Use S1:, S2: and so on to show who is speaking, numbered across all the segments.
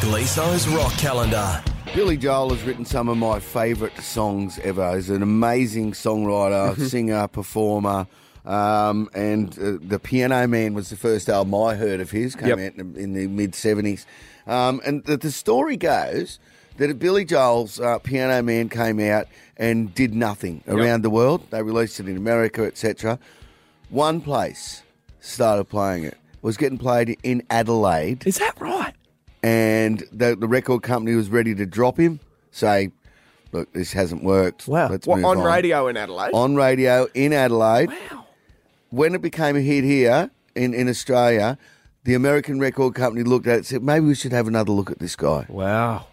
S1: Gleeson's Rock Calendar.
S2: Billy Joel has written some of my favourite songs ever. He's an amazing songwriter, singer, performer. Um, and uh, The Piano Man was the first album I heard of his, came
S3: Yep.
S2: out in the, in the mid 70s. Um, and the, the story goes that Billy Joel's uh, Piano Man came out and did nothing around the world. They released it in America, etc. One place started playing it. Was getting played in Adelaide
S3: Is that right?
S2: and the, the record company was ready to drop him, say, "Look, this hasn't worked.
S3: Wow.
S2: let's
S4: Well,
S2: move
S4: on radio in Adelaide.
S2: On radio in Adelaide.
S3: Wow.
S2: When it became a hit here in, in Australia, the American record company looked at it and said, "Maybe we should have another look at this guy."
S3: Wow.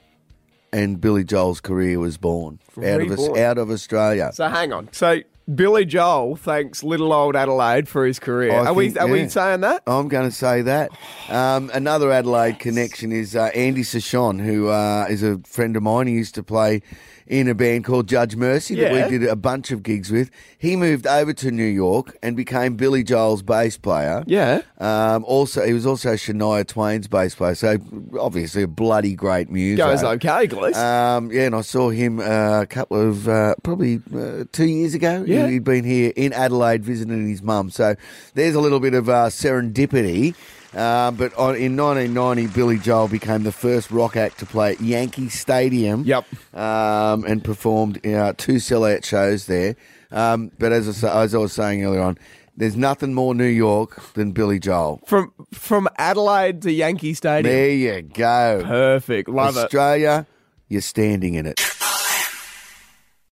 S2: And Billy Joel's career was born out of us,
S4: Reborn.
S2: out of Australia.
S4: So hang on. So Billy Joel thanks little old Adelaide for his career.
S2: I
S4: are we
S2: think,
S4: are
S2: yeah.
S4: we saying that?
S2: I'm going to say that. Um, another Adelaide connection is uh, Andy Sashon, who uh, is a friend of mine. He used to play in a band called Judge Mercy that
S4: Yeah.
S2: we did a bunch of gigs with. He moved over to New York and became Billy Joel's bass player.
S4: Yeah.
S2: Um, also, he was also Shania Twain's bass player. So obviously, a bloody great music.
S4: Goes okay, Gliss.
S2: Um, yeah, and I saw him uh, a couple of uh, probably uh, two years ago.
S4: Yeah.
S2: He'd been here in Adelaide visiting his mum. So there's a little bit of uh, serendipity. Uh, but on, in 1990, Billy Joel became the first rock act to play at Yankee Stadium.
S4: Yep.
S2: Um, and performed uh, two sellout shows there. Um, but as I, sa- as I was saying earlier on, there's nothing more New York than Billy Joel.
S4: from from Adelaide to Yankee Stadium.
S2: There you go.
S4: Perfect. Love it.
S2: Australia, you're standing in it.